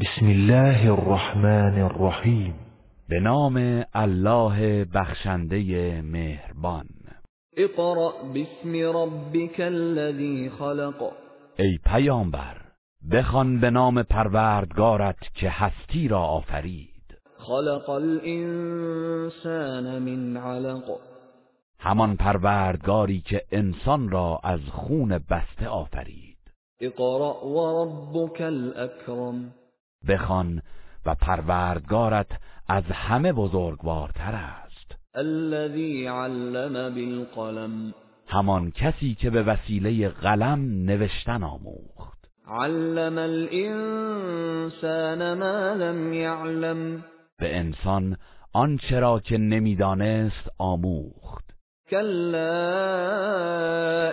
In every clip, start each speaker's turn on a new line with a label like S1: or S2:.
S1: بسم الله الرحمن الرحیم
S2: به نام الله بخشنده مهربان
S3: اقرأ باسم ربك الذي خلق
S2: ای پیامبر بخوان به نام پروردگارت که هستی را آفرید
S3: خلق الإنسان من علق
S2: همان پروردگاری که انسان را از خون بسته آفرید
S3: اقرأ وربك الأكرم
S2: بخوان و پروردگارت از همه بزرگوارتر است
S3: الذي علم بالقلم
S2: همان کسی که به وسیله قلم نوشتن آموخت
S3: علم الإنسان ما لم يعلم
S2: به انسان آنچه را که نمیدانست آموخت
S3: كلا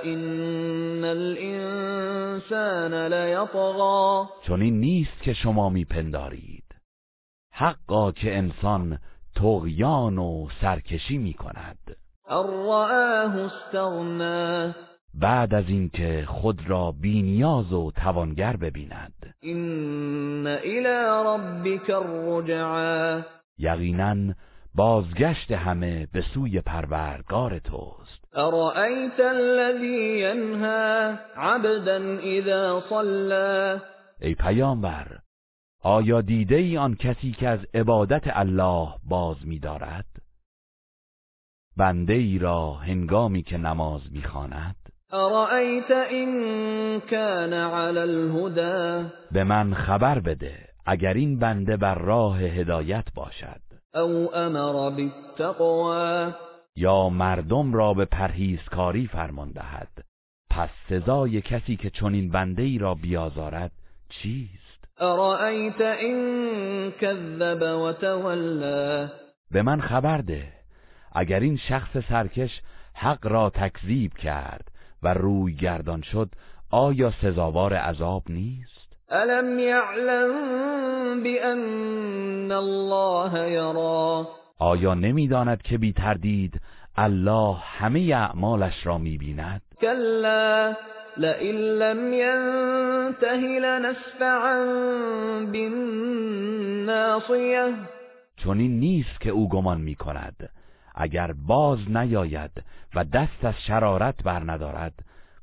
S3: إن الإنسان ليطغى
S2: چنین نیست که شما میپندارید حقا که انسان تغیان و سرکشی میکند
S3: أن رآه استغنى
S2: بعد از اینکه خود را بینیاز و توانگر ببیند
S3: إن إلى ربك الرجعى
S2: یقینا بازگشت همه به سوی پروردگار توست
S3: أرأيت الذي ينهى عبدا إذا صلى
S2: ای پیامبر آیا دیده ای آن کسی که از عبادت الله باز می‌دارد بنده ای را هنگامی که نماز می‌خواند
S3: أرأيت إن كان على الهدى
S2: به من خبر بده اگر این بنده بر راه هدایت باشد
S3: أو أمر بالتقوى
S2: یا مردم را به پرهیزکاری فرمان دهد پس سزای کسی که چنین بنده ای را بیازارد چیست
S3: أرأيت إن كذب وتولى
S2: به من خبر ده اگر این شخص سرکش حق را تکذیب کرد و روی گردان شد آیا سزاوار عذاب نیست
S3: ألم يعلم بأن الله يرى
S2: آیا نمیداند که بی تردید الله همه اعمالش را میبیند
S3: كلا لئن لم ينته لنسفعا بالناصية
S2: چنین نیست که او گمان می کند اگر باز نیاید و دست از شرارت بر ندارد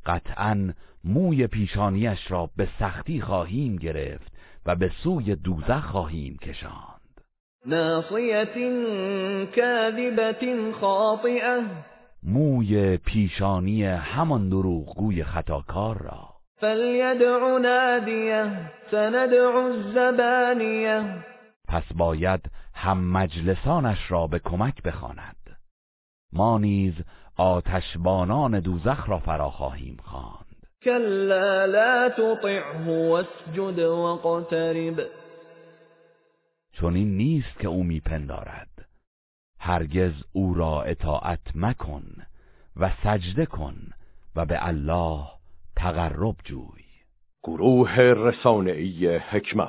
S2: قطعا موی پیشانیش را به سختی خواهیم گرفت و به سوی دوزخ خواهیم کشاند
S3: ناصية كاذبة خاطئة
S2: موی پیشانی همان دروغگوی خطاکار را
S3: فليدع ناديه سندع الزبانية
S2: پس باید هم مجلسانش را به کمک بخواند ما نیز آتشبانان دوزخ را فرا خواهیم خواند
S3: كلا لا تطعه واسجد واقترب
S2: چون این نیست که او میپندارد هرگز او را اطاعت مکن و سجده کن و به الله تقرب جوی
S4: گروه رسانه‌ای حکمت